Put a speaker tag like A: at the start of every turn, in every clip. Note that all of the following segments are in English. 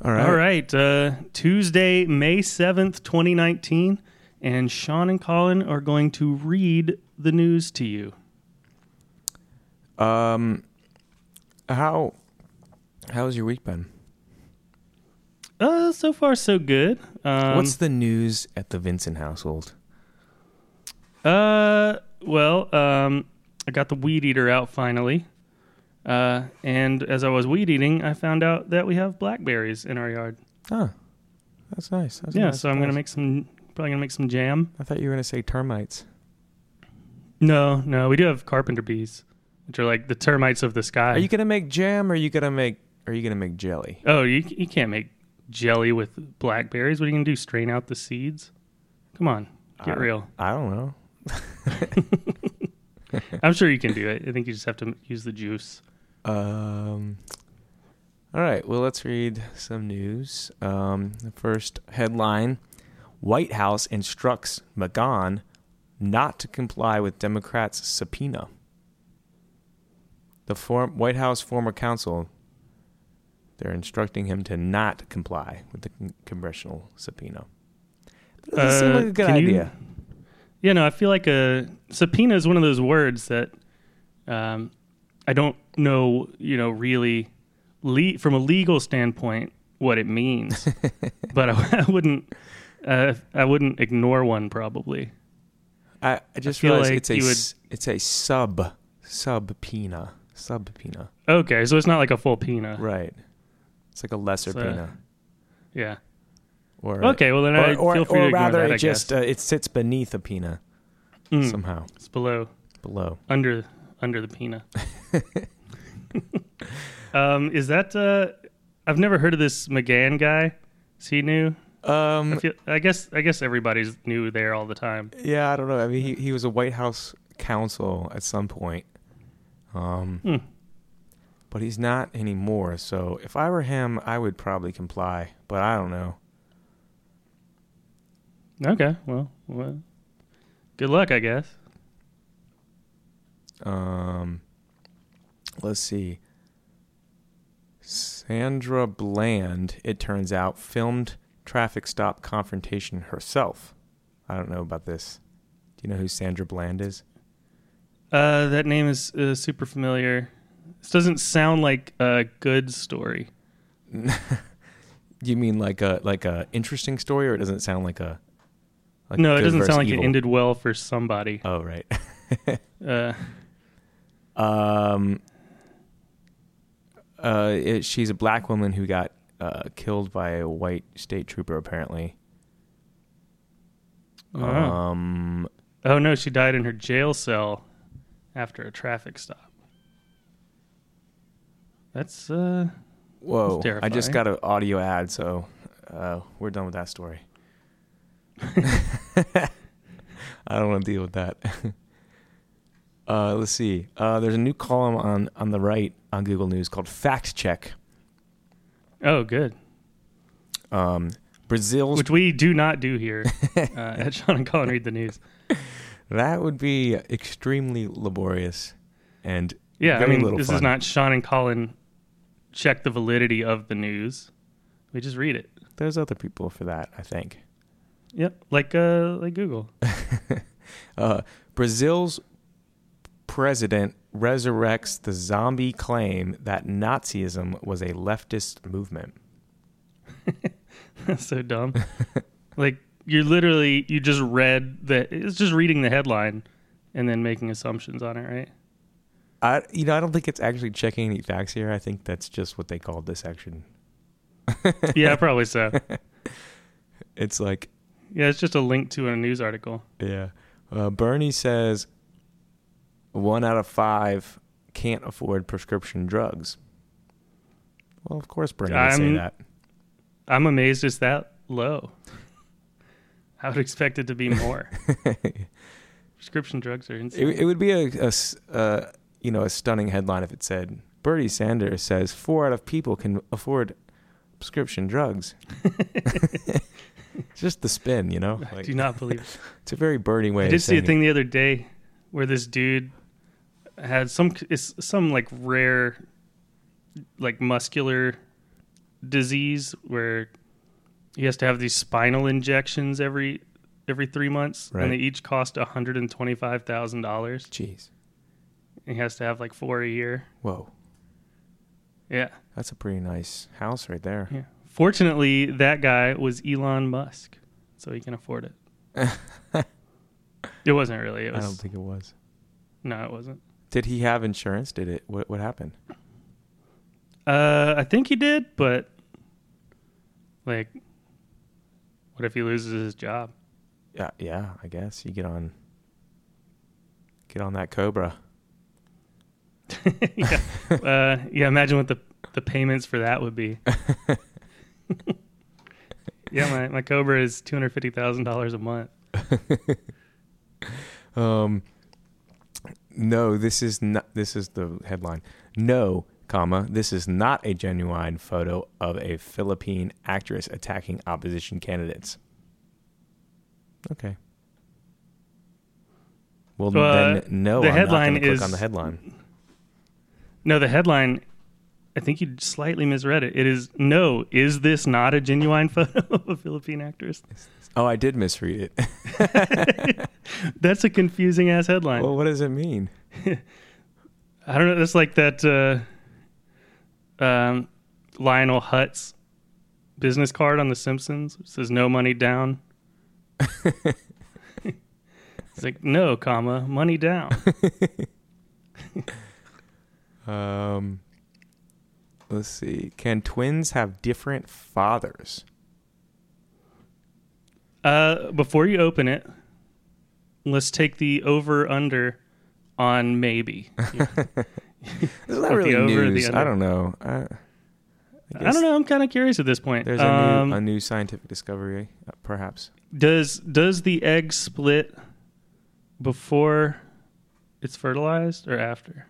A: right. Uh, Tuesday, May 7th, 2019. And Sean and Colin are going to read the news to you.
B: Um, how how's your week been?
A: Uh, so far, so good. Um,
B: What's the news at the Vincent household?
A: Uh, well, um, I got the weed eater out finally. Uh, and as I was weed eating, I found out that we have blackberries in our yard.
B: Oh, that's nice. That's a
A: yeah,
B: nice
A: so I'm
B: surprise.
A: gonna make some. Probably gonna make some jam.
B: I thought you were gonna say termites.
A: No, no, we do have carpenter bees, which are like the termites of the sky.
B: Are you gonna make jam? or Are you gonna make? Are you gonna make jelly?
A: oh, you you can't make jelly with blackberries. What are you gonna do? Strain out the seeds? Come on, get
B: I-
A: real.
B: I don't know.
A: I'm sure you can do it. I think you just have to use the juice.
B: Um, all right. Well, let's read some news. Um, the first headline White House instructs McGahn not to comply with Democrats' subpoena. The form, White House former counsel, they're instructing him to not comply with the con- congressional subpoena. That doesn't seem
A: Uh,
B: like a good
A: can you-
B: idea.
A: Yeah, no, I feel like a subpoena is one of those words that um, I don't know, you know, really le- from a legal standpoint what it means, but I, I wouldn't, uh, I wouldn't ignore one probably.
B: I, I just
A: feel
B: realized
A: like
B: it's a
A: you would-
B: s- it's a sub subpoena subpoena.
A: Okay, so it's not like a full pina.
B: Right. It's like a lesser
A: So-
B: pina.
A: Yeah.
B: Or
A: Okay, well then I
B: or,
A: feel
B: or,
A: free to
B: or
A: ignore
B: rather,
A: that.
B: it
A: I
B: just
A: guess
B: uh, it sits beneath a pina
A: Mm,
B: somehow
A: it's below,
B: below.
A: under, under the pina. um, is that? Uh, I've never heard of this McGann guy. Is he new? I,
B: Um,
A: feel, I guess I guess everybody's new there all the time.
B: yeah, I don't know. I mean, he he was a White House counsel at some point, um,
A: Hmm.
B: but he's not anymore. So if I were him, I would probably comply. But I don't know.
A: Okay, well, well, good luck, I guess.
B: Um, let's see. Sandra Bland, it turns out, filmed traffic stop confrontation herself. I don't know about this. Do you know who Sandra Bland is?
A: Uh, that name is uh, super familiar. This doesn't sound like a good story.
B: You mean like a like a interesting story, or it doesn't sound like a? Like
A: no, it
B: good
A: doesn't
B: versus
A: sound like
B: evil?
A: it ended well for somebody.
B: Oh right.
A: Uh,
B: Um, uh, it, she's a black woman who got uh, killed by a white state trooper, apparently.
A: Oh.
B: Um,
A: oh no, she died in her jail cell after a traffic stop. That's uh,
B: whoa! I just
A: terrifying.
B: got an audio ad, so uh, we're done with that story. I don't want to deal with that. uh, let's see. Uh, there's a new column on on the right on Google News called "Fact Check."
A: oh good,
B: Um, Brazil's
A: which we do not do here uh, at Sean and Colin read the news.
B: That would be extremely laborious and
A: Yeah,
B: very
A: I mean,
B: little
A: this is
B: fun.
A: not Sean and Colin check the validity of the news. We just read it.
B: There's other people for that, I think.
A: Yep, like uh, like Google.
B: Uh, Brazil's president resurrects the zombie claim that Nazism was a leftist movement.
A: That's so dumb. like you're literally you just read that it's just reading the headline and then making assumptions on it, right?
B: I, you know, I don't think it's actually checking any facts here. I think that's just what they called this section.
A: yeah, probably so.
B: It's like
A: Yeah, it's just a link to a news article.
B: Yeah. Uh, Bernie says one out of five can't afford prescription drugs. Well, of course, Bernie would say
A: I'm-
B: that.
A: I'm amazed it's that low. I would expect it to be more. Prescription drugs are
B: It,
A: insane.
B: it would be a, a s- uh, you know a stunning headline if it said Bernie Sanders says four out of people can afford prescription drugs. It's Just the spin, you know.
A: I
B: Like,
A: do not believe. It.
B: It's a very Bernie way.
A: I
B: of
A: did see a
B: saying it.
A: thing the other day where this dude had some it's some like rare like muscular disease where he has to have these spinal injections every every three months,
B: Right.
A: and they each cost one hundred and twenty five thousand dollars.
B: Jeez.
A: He has to have like four a year.
B: Whoa.
A: Yeah,
B: That's a pretty nice house right there.
A: yeah. Fortunately, that guy was Elon Musk, so he can afford it. It wasn't really. It
B: I don't
A: was
B: think it was.
A: no, it wasn't.
B: Did he have insurance? Did it? What, what happened?
A: Uh, I think he did, but like, what if he loses his job?
B: Yeah, yeah. I guess you get on. Get on that Cobra.
A: yeah, uh, yeah. Imagine what the the payments for that would be. yeah, my my Cobra is two hundred fifty thousand dollars a month.
B: Um, no, this is not. This is the headline. No, comma. This is not a genuine photo of a Philippine actress attacking opposition candidates. Okay. Well,
A: Uh,
B: then no.
A: the
B: I'm
A: headline
B: not gonna
A: is-
B: click on the headline.
A: No, the headline. I think you slightly misread it. It is no. Is this not a genuine photo of a Philippine actress?
B: Oh, I did misread it.
A: That's a confusing ass headline.
B: well, what does it mean?
A: I don't know. That's like that uh, um, Lionel Hutz business card on The Simpsons. It says no money down. it's like no, comma money down.
B: Um, let's see. Can twins have different fathers?
A: Uh, before you open it, let's take the over under on maybe.
B: Isn't that
A: Or the
B: really
A: over, the
B: news? I
A: under.
B: don't know. I, I
A: I
B: guess-
A: don't know. I'm kind of curious at this point.
B: There's a,
A: Um,
B: new, a new scientific discovery, uh, perhaps.
A: does does the egg split before it's fertilized or after?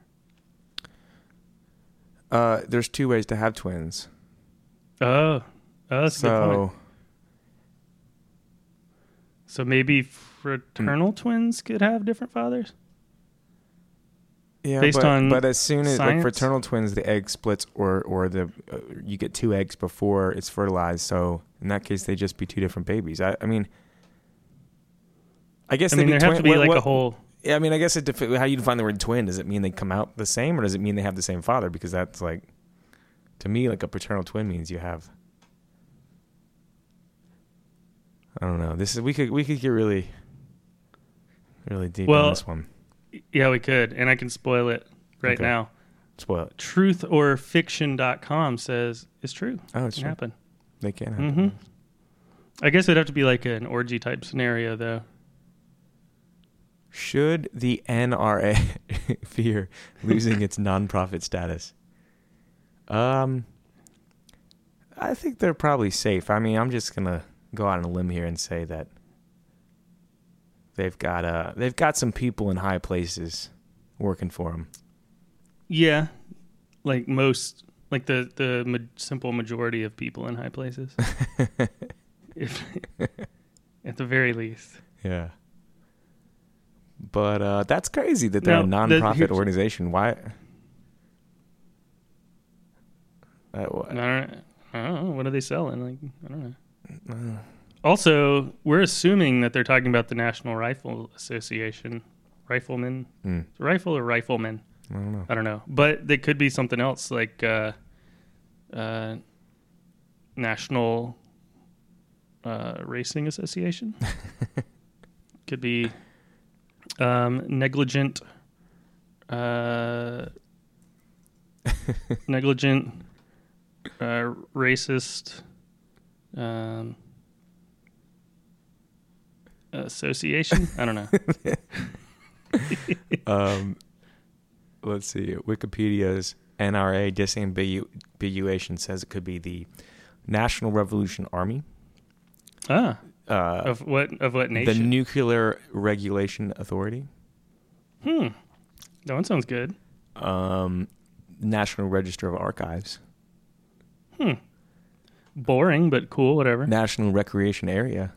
B: Uh, there's two ways to have twins.
A: Oh, oh that's a good point.
B: so
A: So maybe
B: Hmm.
A: fraternal twins could have different fathers.
B: yeah,
A: Based
B: but,
A: on
B: but as soon as like
A: science?
B: fraternal twins, the egg splits, or or the uh, you get two eggs before it's fertilized. So in that case, they just be two different babies. I, I mean, I guess
A: I
B: they'd
A: mean, there
B: twin-
A: have to be
B: what-
A: like
B: what-
A: a whole.
B: Yeah, I mean, I guess it defi- how you define the word twin. Does it mean they come out the same, or does it mean they have the same father? Because that's like, to me, like a paternal twin means you have. I don't know. This is we could we could get really, really deep on
A: Well-
B: this one.
A: Yeah, we could, and I can spoil it right
B: Okay.
A: now.
B: Spoil it.
A: Truthorfiction.com says it's true.
B: Oh,
A: It
B: it's
A: can
B: true.
A: happen.
B: They can't. Happen.
A: hmm I guess it'd have to be like an orgy type scenario, though.
B: Should the NRA fear losing its nonprofit status? Um, I think they're probably safe. I mean, I'm just gonna go out on a limb here and say that they've got uh they've got some people in high places working for them.
A: Yeah, like most, like the the ma- simple majority of people in high places, if at the very least.
B: Yeah. But uh, that's crazy that they're
A: Now,
B: a
A: the-
B: nonprofit
A: here's-
B: organization. Why? Uh, wh-
A: I don't, I don't know. What are they selling? Like, I don't know.
B: uh,
A: Also, we're assuming that they're talking about the National Rifle Association. Riflemen.
B: mm,
A: Rifle or riflemen?
B: I don't know.
A: I don't know. But they could be something else like uh, uh, National uh, Racing Association. could be um, negligent. Uh, negligent, uh, racist, um, association. I don't know.
B: um, let's see. Wikipedia's NRA disambiguation says it could be the National Revolution Army,
A: ah,
B: uh,
A: of what of what
B: the
A: nation?
B: Nuclear Regulation Authority,
A: Hmm. That one sounds good.
B: um, National Register of Archives,
A: Hmm. Boring, but cool, whatever.
B: National Recreation Area,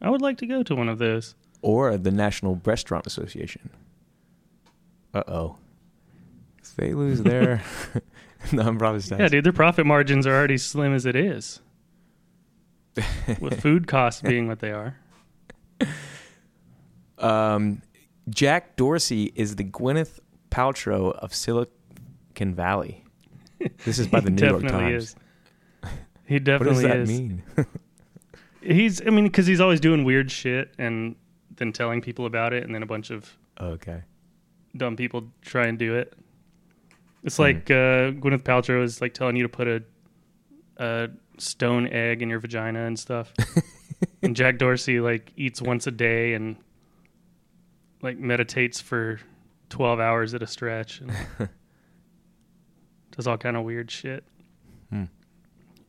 A: I would like to go to one of those.
B: or the National Restaurant Association. Uh oh. If they lose their non Protestants.
A: Yeah, dude, their profit margins are already slim as it is, with food costs being what they are.
B: Um, Jack Dorsey is the Gwyneth Paltrow of Silicon Valley. This is by the
A: He
B: New York
A: definitely
B: Times.
A: Is. He
B: What does
A: definitely
B: that
A: is.
B: mean?
A: He's, I mean, because he's always doing weird shit and then telling people about it, and then a bunch of
B: okay.
A: dumb people try and do it. It's like uh, Gwyneth Paltrow is like telling you to put a a stone egg in your vagina and stuff. and Jack Dorsey like eats once a day and like meditates for twelve hours at a stretch and does all kind of weird shit.
B: Hmm.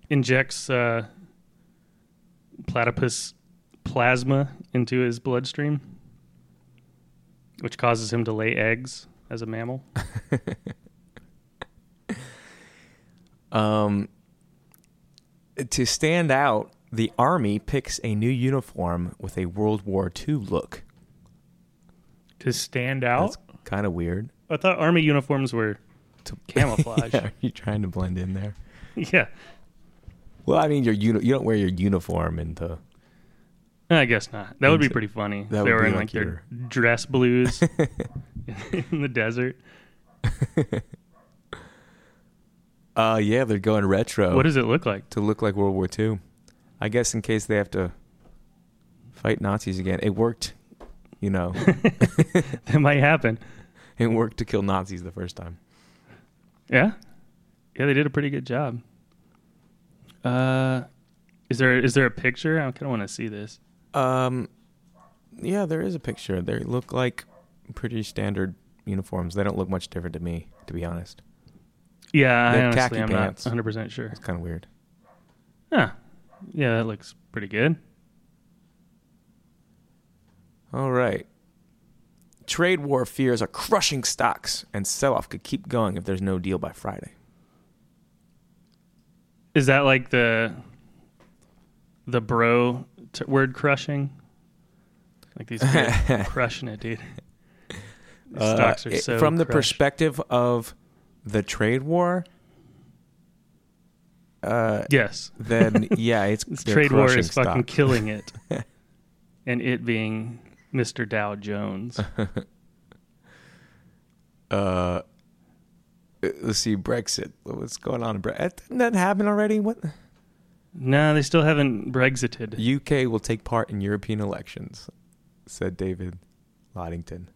A: Injects uh, platypus plasma into his bloodstream, which causes him to lay eggs as a mammal.
B: Um, to stand out, the Army picks a new uniform with a World War II look.
A: to stand out.
B: That's kind of weird.
A: I thought army uniforms were
B: To-
A: Camouflage.
B: yeah, you're trying to blend in there.
A: yeah.
B: Well, I mean, your uni- you don't wear your uniform in the.
A: I guess not. That would be
B: Think so.
A: pretty funny. if
B: That
A: they
B: would
A: were
B: be
A: in
B: like
A: like their dress blues in the desert.
B: Uh, yeah, they're going retro
A: What does it look like?
B: to look like World War II. I guess in case they have to fight Nazis again. It worked, you know.
A: That might happen.
B: it worked to kill Nazis the first time.
A: Yeah. Yeah, they did a pretty good job. Uh, is there is there a picture? I kind of want to see this.
B: Um, yeah, there is a picture. They look like pretty standard uniforms. They don't look much different to me, to be honest.
A: Yeah,
B: They
A: I
B: have
A: honestly,
B: khaki
A: I'm
B: pants.
A: not 100 percent sure.
B: It's kind of weird.
A: Huh. Yeah, that looks pretty good.
B: All right. Trade war fears are crushing stocks, and sell off could keep going if there's no deal by Friday.
A: Is that like the the bro t- word crushing? Like these people crushing it, dude. These
B: Uh,
A: stocks are
B: it-
A: so
B: from the
A: crushed.
B: perspective of the trade war, uh,
A: Yes,
B: then yeah, it's
A: this
B: they're
A: trade war
B: crushing
A: is fucking
B: stock.
A: killing it, and it being Mr. Dow Jones.
B: uh, let's see Brexit. What's going on in Brexit? Didn't that happen already? What
A: no, they still haven't Brexited.
B: UK will take part in European elections, said David Loddington.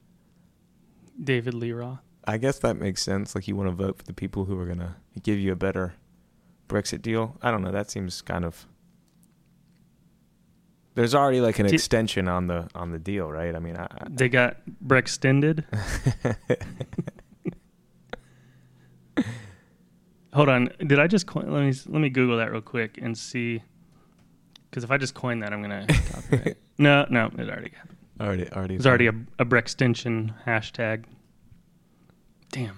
A: David Lee Roth.
B: I guess that makes sense. Like you want to vote for the people who are gonna give you a better Brexit deal. I don't know. That seems kind of. There's already like an
A: Did-
B: extension on the on the deal, right? I mean, I, I-
A: They got Brextended. Hold on, did I just coin? Let me let me Google that real quick and see, because if I just coin that, I'm gonna. copyright. no, no, it already happened.
B: already already
A: There's already a, a Brextension hashtag. Damn.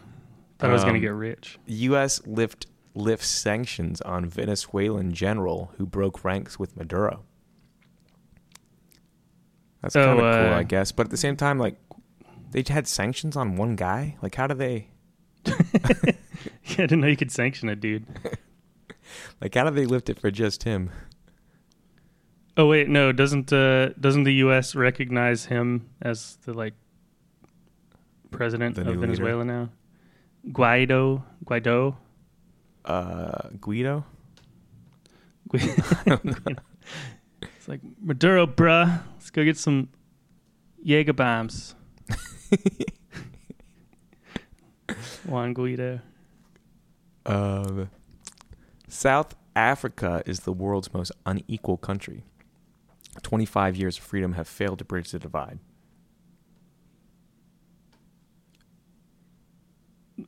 A: Thought I was going to
B: Um,
A: get rich.
B: U.S. lift lifts sanctions on Venezuelan general who broke ranks with Maduro. That's
A: Oh,
B: kind of cool,
A: uh,
B: I guess. But at the same time, like they had sanctions on one guy. Like, how do they?
A: Yeah, I didn't know you could sanction a dude.
B: Like, how do they lift it for just him?
A: Oh wait, no, doesn't uh, doesn't the US recognize him as the like president
B: The new
A: of
B: leader.
A: Venezuela now? Guaido, Guaido.
B: Uh, Guido.
A: Gui- it's like Maduro, bruh. Let's go get some Jaeger bombs. Juan Guido.
B: Um, South Africa is the world's most unequal country. 25 years of freedom have failed to bridge the divide.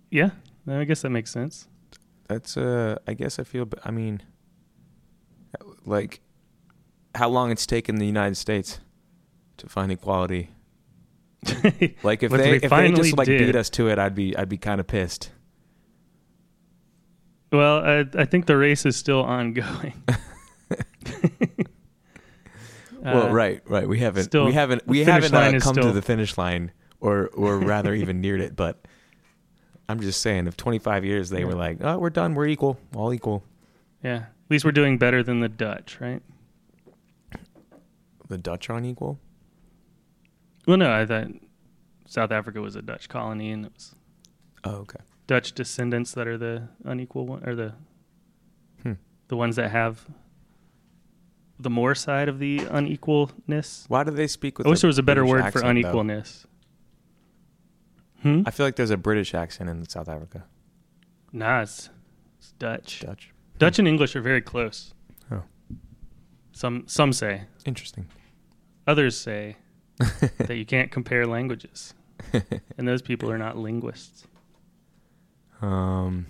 A: Yeah, I guess that makes sense.
B: That's, uh, I guess I feel, b- I mean, like, how long it's taken the United States to find equality. Like, if
A: What
B: they,
A: they
B: if they
A: finally
B: just, like,
A: did-
B: beat us to it, I'd be, I'd be kind of pissed.
A: Well, I, I think the race is still ongoing.
B: well,
A: Uh,
B: right, right. We haven't,
A: still,
B: we haven't, we
A: the finish
B: haven't
A: line
B: uh,
A: is
B: come to
A: still-
B: the finish line, or, or rather, even neared it. But I'm just saying, if 25 years they
A: Yeah.
B: were like, oh, we're done, we're equal, all equal.
A: Yeah. At least we're doing better than the Dutch, right?
B: The Dutch are unequal.
A: Well, no, I thought South Africa was a Dutch colony, and it was
B: Oh, okay.
A: Dutch descendants that are the unequal one, or the
B: Hmm.
A: the ones that have the more side of the unequalness.
B: Why do they speak with?
A: I wish there was a better
B: British
A: word for
B: accent, though?
A: unequalness. Hmm.
B: I feel like there's a British accent in South Africa.
A: Nah, it's, it's Dutch.
B: Dutch.
A: Dutch and English are very close.
B: Oh.
A: Some some say,
B: Interesting.
A: others say that you can't compare languages, and those people are not linguists.
B: Um,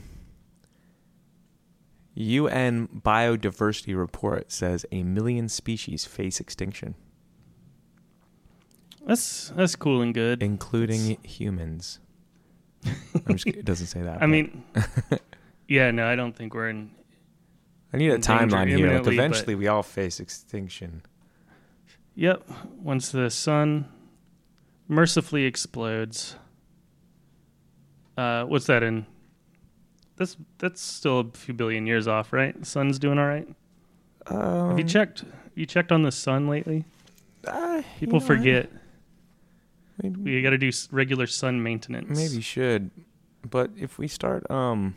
B: UN biodiversity report says a million species face extinction,
A: That's that's cool and good.
B: including humans. I'm just, it doesn't say that.
A: I
B: but-
A: mean, yeah, no, I don't think we're in.
B: I need a
A: in danger
B: timeline here. Like
A: imminently, but-
B: eventually, we all face extinction.
A: Yep, once the sun mercifully explodes. Uh, what's that in? That's that's still a few billion years off, right? The sun's doing all right.
B: Um,
A: Have you checked? You checked on the sun lately?
B: uh, you
A: People
B: know, I-
A: forget.
B: Maybe,
A: We got to do s- regular sun maintenance.
B: maybe should, but if we start, um,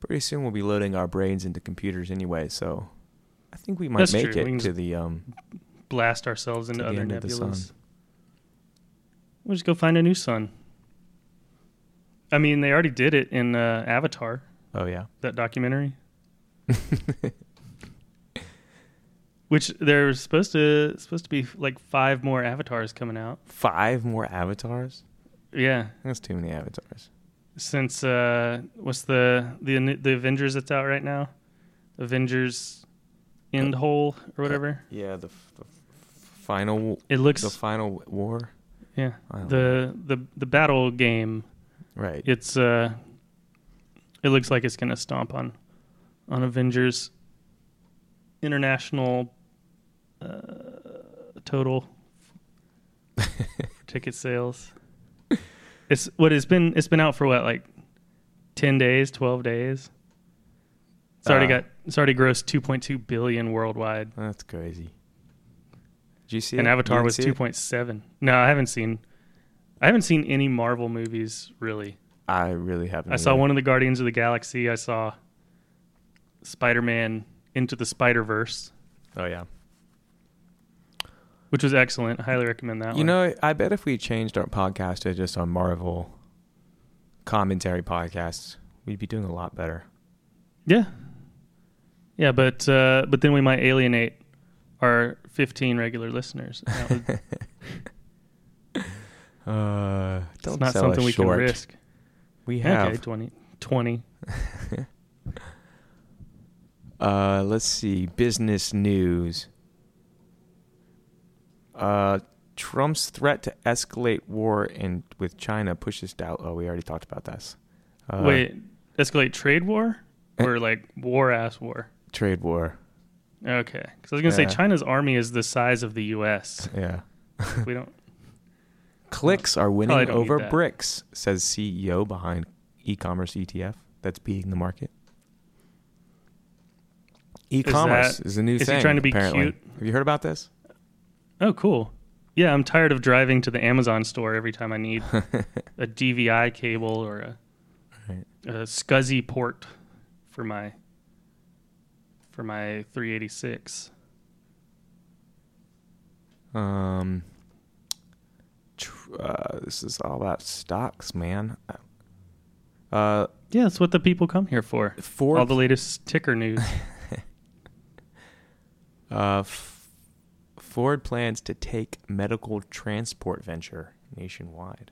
B: pretty soon we'll be loading our brains into computers anyway. So, I think we might
A: That's
B: make
A: true.
B: it
A: We can
B: to the um.
A: blast ourselves into
B: the
A: other
B: end of the
A: nebulas.
B: sun.
A: We'll just go find a new sun. I mean, they already did it in uh, Avatar,
B: Oh yeah.
A: that documentary. Which there's supposed to supposed to be like five more avatars coming out.
B: Five more avatars.
A: Yeah,
B: That's too many avatars.
A: since uh, what's the the the Avengers that's out right now, Avengers End Hole or whatever.
B: Yeah, the, f- the f- final,
A: It looks
B: Uh, the oh. final war.
A: yeah
B: I don't know.
A: the the the battle game
B: right.
A: it's uh it looks like it's gonna stomp on on Avengers international uh, total ticket sales. It's what it's been it's been out for what like ten days, twelve days. It's already
B: Ah.
A: got it's already grossed two point two billion worldwide.
B: That's crazy. Did you see?
A: and
B: it? You
A: Avatar
B: didn't
A: was
B: see it?
A: two point seven. No, I haven't seen I haven't seen any Marvel movies really.
B: I really haven't.
A: I saw
B: either.
A: one of the Guardians of the Galaxy. I saw Spider Man Into the Spider Verse,
B: Oh yeah.
A: which was excellent. highly recommend that
B: You
A: one.
B: know, I bet if we changed our podcast to just a Marvel commentary podcast, we'd be doing a lot better.
A: yeah, yeah, but uh, but then we might alienate our 15 regular listeners. That would-
B: Uh,
A: it's
B: don't
A: not
B: sell
A: something
B: us
A: we
B: short.
A: can risk.
B: We have.
A: Okay, 20, 20.
B: Uh, let's see. Business news. Uh, Trump's threat to escalate war in with China pushes doubt. Oh, we already talked about this. Uh, eh.
A: Wait, escalate trade war or like war ass war?
B: trade war.
A: Okay, because I was gonna
B: Yeah.
A: say China's army is the size of the U.S.
B: Yeah.
A: we don't.
B: Clicks are
A: Probably
B: winning
A: don't need
B: over
A: that.
B: BRICS, says CEO behind e-commerce ETF that's beating the market. E-commerce is,
A: that-
B: a new
A: is he
B: thing.
A: trying to be
B: apparently.
A: cute?
B: Have you heard about this?
A: Oh, cool. Yeah, I'm tired of driving to the Amazon store every time I need a DVI cable or a,
B: Right.
A: a SCSI port for my for my 386.
B: Um, tr- uh, this is all about stocks, man. Uh,
A: Yeah, that's what the people come here for.
B: Forbes,
A: All the latest ticker news.
B: uh, F- Ford plans to take medical transport venture nationwide.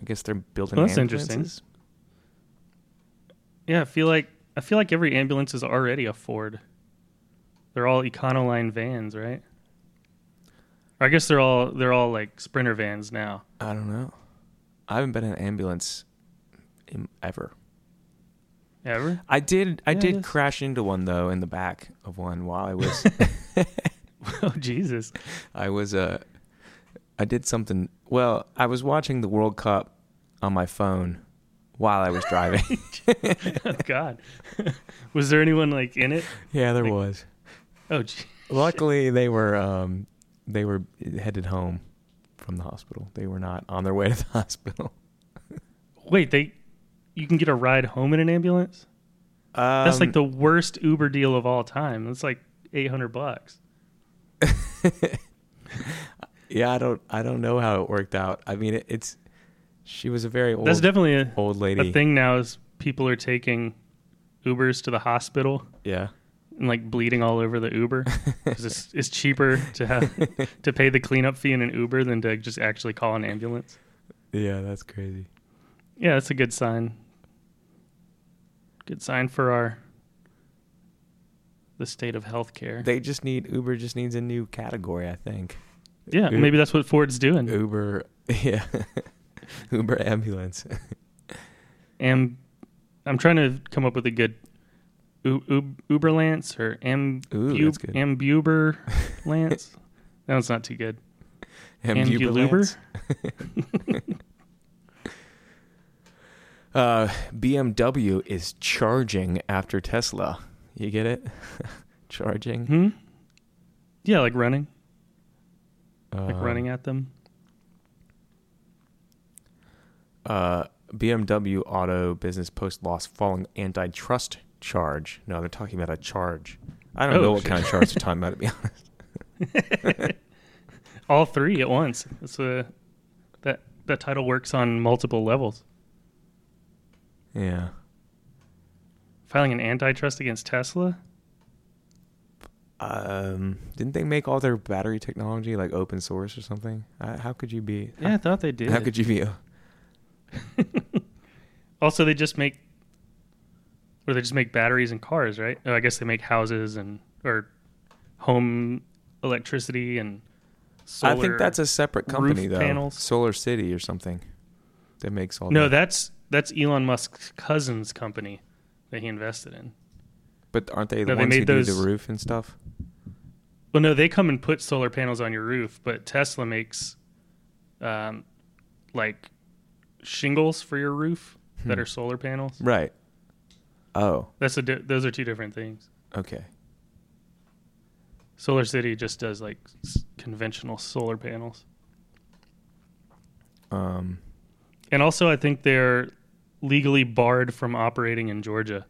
B: I guess they're building.
A: Well, that's interesting.
B: ambulances?
A: yeah, I feel like I feel like every ambulance is already a Ford. They're all Econoline vans, right? Or I guess they're all they're all like Sprinter vans now.
B: I don't know. I haven't been in an ambulance in, ever.
A: Ever?
B: I did. I
A: Yeah, I
B: did
A: guess.
B: crash into one though in the back of one while I was.
A: oh Jesus.
B: I was Uh, I did something. Well, I was watching the World Cup on my phone while I was driving.
A: oh, God. was there anyone like in it?
B: yeah, there was.
A: Oh, gee.
B: Luckily, they were um, they were headed home from the hospital. They were not on their way to the hospital.
A: Wait, they you can get a ride home in an ambulance?
B: Um,
A: That's like the worst Uber deal of all time. That's like 800 bucks.
B: yeah. I don't I don't know how it worked out. I mean, it, it's she was a very old
A: That's definitely a,
B: old
A: a
B: lady.
A: thing now is people are taking Ubers to the hospital
B: Yeah.
A: and like bleeding all over the Uber because it's, it's cheaper to have to pay the cleanup fee in an Uber than to just actually call an ambulance.
B: Yeah, that's crazy.
A: Yeah, that's a good sign. Good sign for our the state of healthcare.
B: They just need Uber just needs a new category, I think.
A: yeah,
B: Uber-
A: maybe that's what Ford's doing.
B: Uber yeah. Uber ambulance.
A: Am I'm trying to come up with a good U- U- Uberlance or Am
B: Ooh,
A: Bu-
B: that's good.
A: Ambuber Lance. no, it's not too good.
B: Ambulance. uh BMW is charging after Tesla. You get it? charging.
A: Hmm. Yeah, like running, Hmm, like
B: Um,
A: running at them.
B: uh, BMW auto business post loss following antitrust charge. No, they're talking about a charge. I don't
A: Oh.
B: know what kind of charge they're talking about. To be honest,
A: All three at once. It's a that that title works on multiple levels.
B: yeah.
A: Filing an antitrust against Tesla.
B: Um, didn't they make all their battery technology like open source or something? Uh, how could you be?
A: Yeah, I thought they did.
B: How, how could you be? a-
A: also, they just make, or they just make batteries and cars, right? Oh, I guess they make houses and or home electricity and solar.
B: I think that's a separate company
A: roof
B: though.
A: panels.
B: Solar City or something that makes all.
A: no.
B: the-
A: That's that's Elon Musk's cousin's company that he invested in.
B: But aren't they the
A: no, they
B: ones who
A: made
B: do
A: those-
B: the roof and stuff?
A: Well, no, they come and put solar panels on your roof, but Tesla makes, um, like shingles for your roof that
B: Hmm.
A: are solar panels.
B: Right. Oh,
A: That's a di- those are two different things.
B: okay.
A: Solar City just does like s- conventional solar panels.
B: Um,
A: And also, I think they're legally barred from operating in Georgia.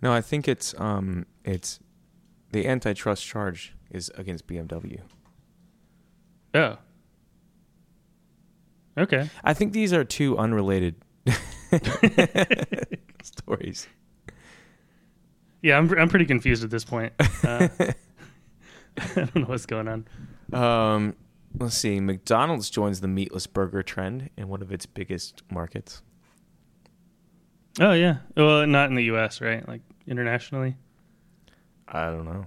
B: No, I think it's um it's the antitrust charge is against BMW.
A: Oh. Okay.
B: I think these are two unrelated stories.
A: Yeah, I'm, I'm pretty confused at this point. Uh, I don't know what's going on.
B: Um let's see. McDonald's joins the meatless burger trend in one of its biggest markets.
A: Oh, yeah. Well, not in the U.S., right? Like internationally?
B: I don't know.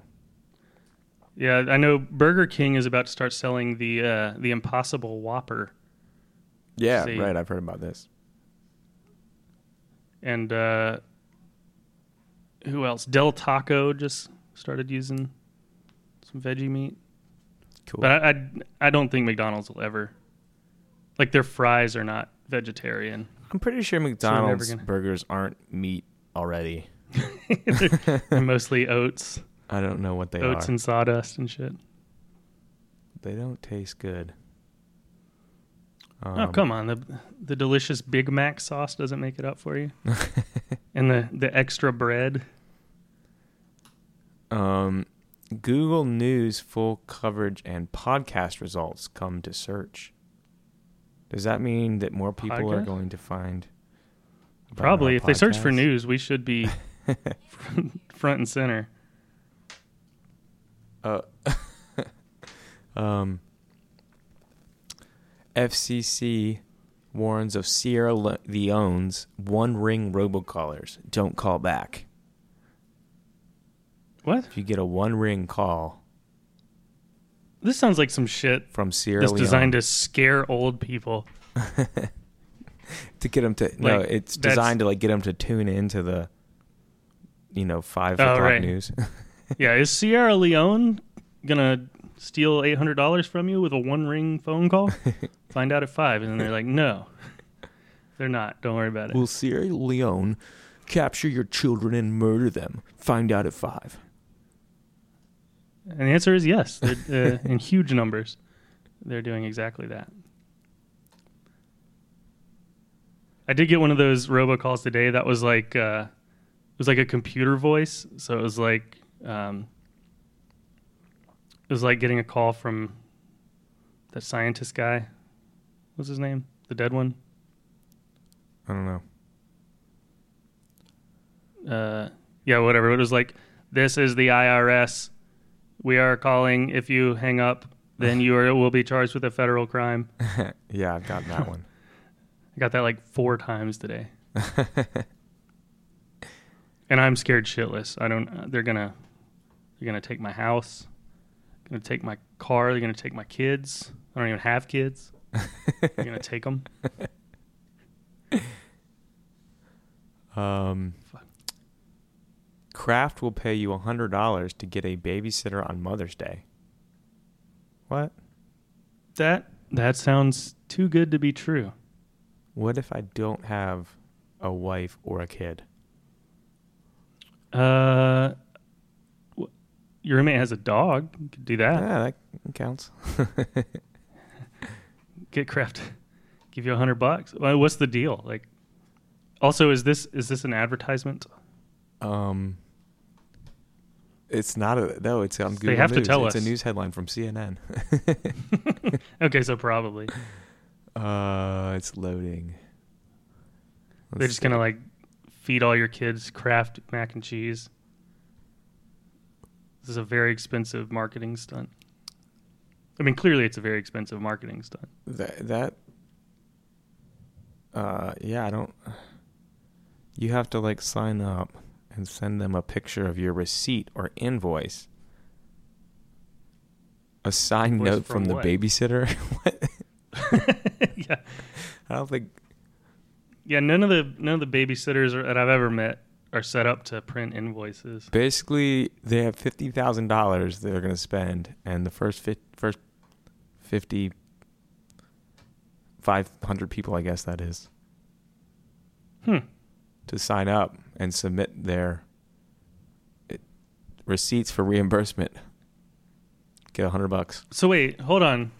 A: Yeah, I know Burger King is about to start selling the uh, the Impossible Whopper,
B: Yeah,
A: See.
B: right. I've heard about this.
A: and uh, who else? Del Taco just started using some veggie meat.
B: Cool.
A: But I, I, I don't think McDonald's will ever, like their fries are not vegetarian.
B: I'm pretty sure
A: never
B: McDonald's
A: gonna-
B: burgers aren't meat already.
A: They're mostly oats,
B: I don't know what they
A: oats
B: are.
A: and sawdust and shit.
B: they don't taste good. Um,
A: oh come on, the the delicious Big Mac sauce doesn't make it up for you, and the the extra bread.
B: Um, Google News full coverage and podcast results come to search. Does that mean that more people are
A: Podcast?
B: going to find? uh, about
A: Probably,
B: our
A: if they search for
B: podcast?
A: news, we should be front, front and center.
B: Um, FCC warns of Sierra Le- Leone's one ring robocallers. Don't call back.
A: What?
B: If you get a one ring call
A: This sounds like some shit
B: from Sierra
A: that's
B: Leone,
A: designed to scare old people.
B: to get them to no,
A: Like,
B: it's
A: that's-
B: designed to like get them to tune into the, you know, five
A: Oh,
B: o'clock
A: right.
B: news.
A: Yeah, is Sierra Leone gonna steal eight hundred dollars from you with a one ring phone call? Find out at five, and then they're like, "No, They're not. Don't worry about it.
B: Will Sierra Leone capture your children and murder them? Find out at five.
A: And the answer is yes. They're, Uh, in huge numbers, they're doing exactly that. I did get one of those robocalls today that was like uh, it was like a computer voice, so it was like um, it was like getting a call from that scientist guy. What's his name? The dead one.
B: I don't know.
A: uh, yeah, whatever. It was like, this is the IRS. We are calling. If you hang up, then you are, will be charged with a federal crime. I
B: yeah, I've gotten that one.
A: got that like four times today, and I'm scared shitless. I don't. uh, They're gonna, they're gonna take my house. Gonna take my car. They're gonna take my kids. I don't even have kids. They're gonna take them.
B: um,
A: Fuck.
B: Kraft will pay you hundred dollars to get a babysitter on Mother's Day. What?
A: That that sounds too good to be true.
B: What if I don't have a wife or a kid?
A: Uh, wh- your roommate has a dog. You could do that.
B: Yeah, that counts.
A: get craft give you a hundred bucks Well, what's the deal like also is this is this an advertisement
B: Um, it's not a no. It's on Google
A: They have to
B: News.
A: tell
B: it's
A: us.
B: a news headline from CNN.
A: okay so probably
B: uh, it's loading.
A: they're just gonna like feed all your kids craft mac and cheese this is a very expensive marketing stunt i mean clearly it's a very expensive marketing stunt
B: that that uh yeah i don't you have to like sign up and send them a picture of your receipt or invoice a signed
A: Invoice
B: note
A: from
B: from, the
A: what?
B: babysitter what
A: yeah
B: i don't think
A: yeah none of the none of the babysitters are, that i've ever met are set up to print invoices
B: basically they have $50000 they're going to spend and the first fi- first 50 500 people i guess that is
A: hmm
B: to sign up and submit their it, receipts for reimbursement. Get a hundred bucks.
A: So wait, hold on.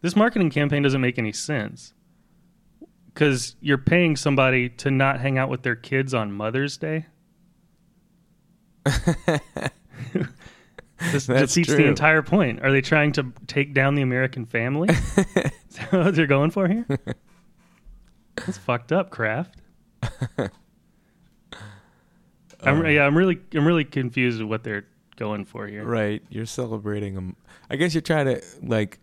A: This marketing campaign doesn't make any sense. Cuz you're paying somebody to not hang out with their kids on Mother's Day. this
B: That's
A: defeats
B: true.
A: the entire point. Are they trying to take down the American family? Is that what they're going for here? That's fucked up, Kraft. I'm,
B: Uh.
A: yeah, I'm really, I'm really confused with what they're going for here.
B: Right, you're celebrating. a m- I guess you're trying to like.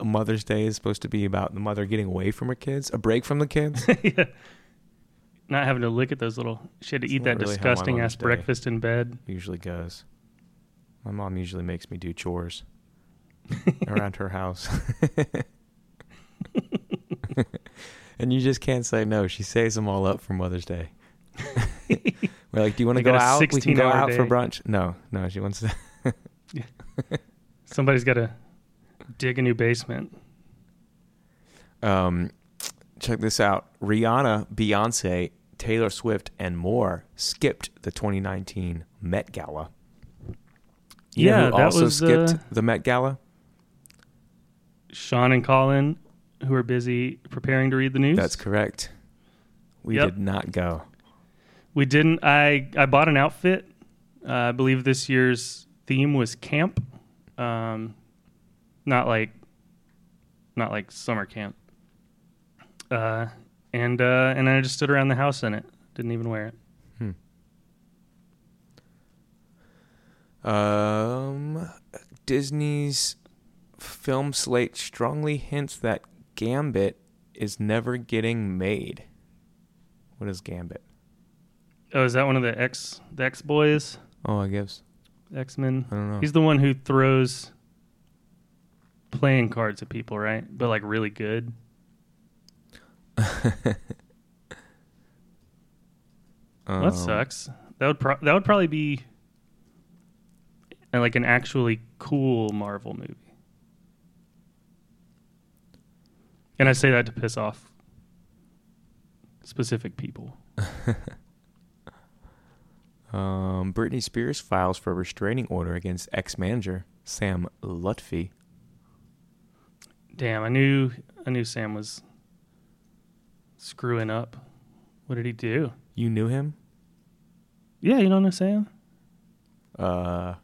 B: a Mother's Day is supposed to be about the mother getting away from her kids, a break from the kids.
A: yeah. Not having to look at those little. She had to eat
B: not
A: that
B: really how my
A: disgusting
B: mother's
A: ass
B: day-
A: breakfast in bed.
B: usually goes. My mom usually makes me do chores around her house. and you just can't say no. She saves them all up for Mother's Day. We're like, do you want
A: They
B: to go
A: got a
B: out? We can go
A: 16-hour
B: out for
A: day."
B: brunch. No, no, she wants to.
A: Somebody's got to dig a new basement.
B: Um, check this out Rihanna, Beyonce, Taylor Swift, and more skipped the 2019 Met Gala. You know
A: Yeah,
B: who
A: that
B: also
A: was,
B: skipped
A: uh,
B: the Met Gala?
A: Sean and Colin, who are busy preparing to read the news.
B: That's correct. We
A: Yep.
B: did not go.
A: We didn't. I I bought an outfit. Uh, I believe this year's theme was camp, um, not like, not like summer camp. Uh, and uh, and I just stood around the house in it. Didn't even wear it.
B: Um, Disney's film slate strongly hints that Gambit is never getting made. What is Gambit?
A: Oh, is that one of the X the X boys?
B: Oh, I guess
A: X Men.
B: I don't know.
A: He's the one who throws playing cards at people, right? But like really good.
B: um,
A: Well, that sucks. That would pro- that would probably be uh, like an actually cool Marvel movie. And I say that to piss off specific people.
B: Um, Britney Spears files for restraining order against ex-manager Sam Lutfi.
A: Damn, I knew I knew Sam was screwing up. What did he do?
B: You knew him?
A: Yeah, you don't know Sam.
B: Uh,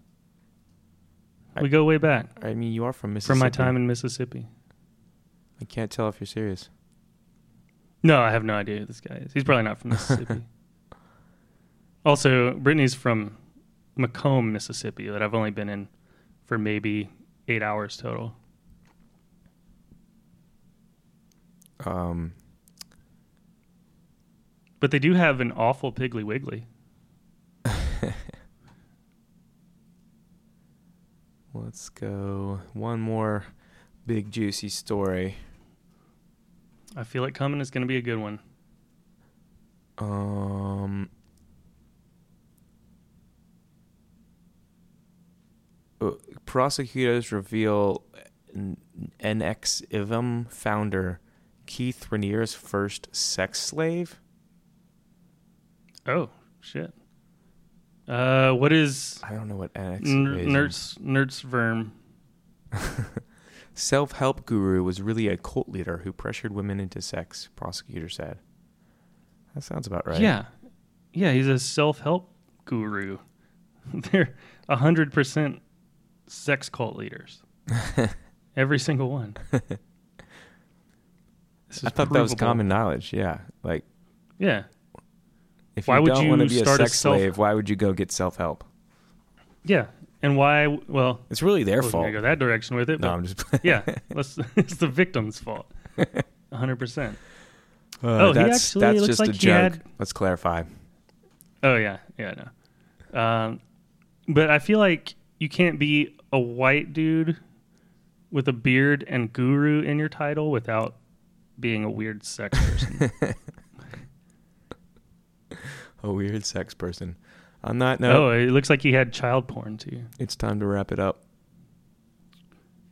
A: We go way back
B: I mean, you are from Mississippi.
A: from my time in Mississippi.
B: I can't tell if you're serious.
A: No, I have no idea who this guy is. He's probably not from Mississippi. also, Brittany's from Macomb, Mississippi, that I've only been in for maybe eight hours total.
B: Um,
A: But they do have an awful Piggly Wiggly.
B: let's go one more big juicy story.
A: I feel it coming is going to be a good one.
B: Um. uh, Prosecutors reveal N- NX Ivum founder Keith Rainier's first sex slave.
A: Oh shit! Uh, what is
B: I don't know what NX
A: N-
B: is.
A: Nertz Nertz Verm?
B: Self help guru was really a cult leader who pressured women into sex, prosecutor said. That sounds about right.
A: Yeah, yeah, he's a self help guru. They're hundred percent sex cult leaders. Every single one. This is
B: I thought that was
A: provable.
B: common knowledge. Yeah. Like,
A: Yeah,
B: if
A: Why
B: you
A: would
B: don't
A: you
B: want to be a
A: start a
B: sex
A: self-
B: slave, why would you go get self help?
A: yeah. And why? Well,
B: It's really their
A: I wasn't
B: fault.
A: gonna Oh, go that direction with it.
B: No,
A: but
B: I'm just.
A: yeah, let's, it's the victim's fault. hundred percent.
B: Uh,
A: Oh, he
B: that's
A: actually-
B: that's
A: it looks
B: just a
A: like he
B: joke.
A: had-
B: Let's clarify.
A: Oh yeah, yeah, no. Um, but I feel like you can't be a white dude with a beard and guru in your title without being a weird sex person.
B: A weird sex person. On that
A: No,
B: note,
A: oh, it looks like he had child porn too.
B: it's time to wrap it up.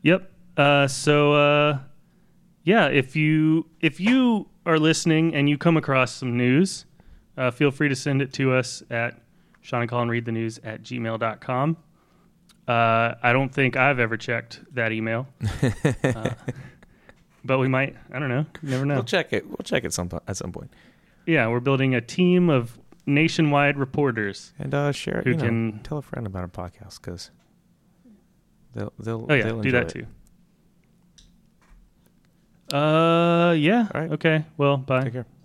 A: Yep. Uh, so uh, yeah, if you if you are listening and you come across some news, uh, feel free to send it to us at Sean and Colin read the news at gmail.com. Uh, I don't think I've ever checked that email, Uh, but we might. I don't know. You never know.
B: We'll check it. We'll check it some po- at some point.
A: Yeah, we're building a team of nationwide reporters.
B: And uh, share it.
A: Who
B: You know,
A: can-
B: tell a friend about our podcast because they'll they'll
A: Oh yeah,
B: they'll
A: do
B: enjoy
A: that
B: it.
A: too. Uh yeah.
B: All right.
A: Uh, Okay. Well, bye.
B: Take care.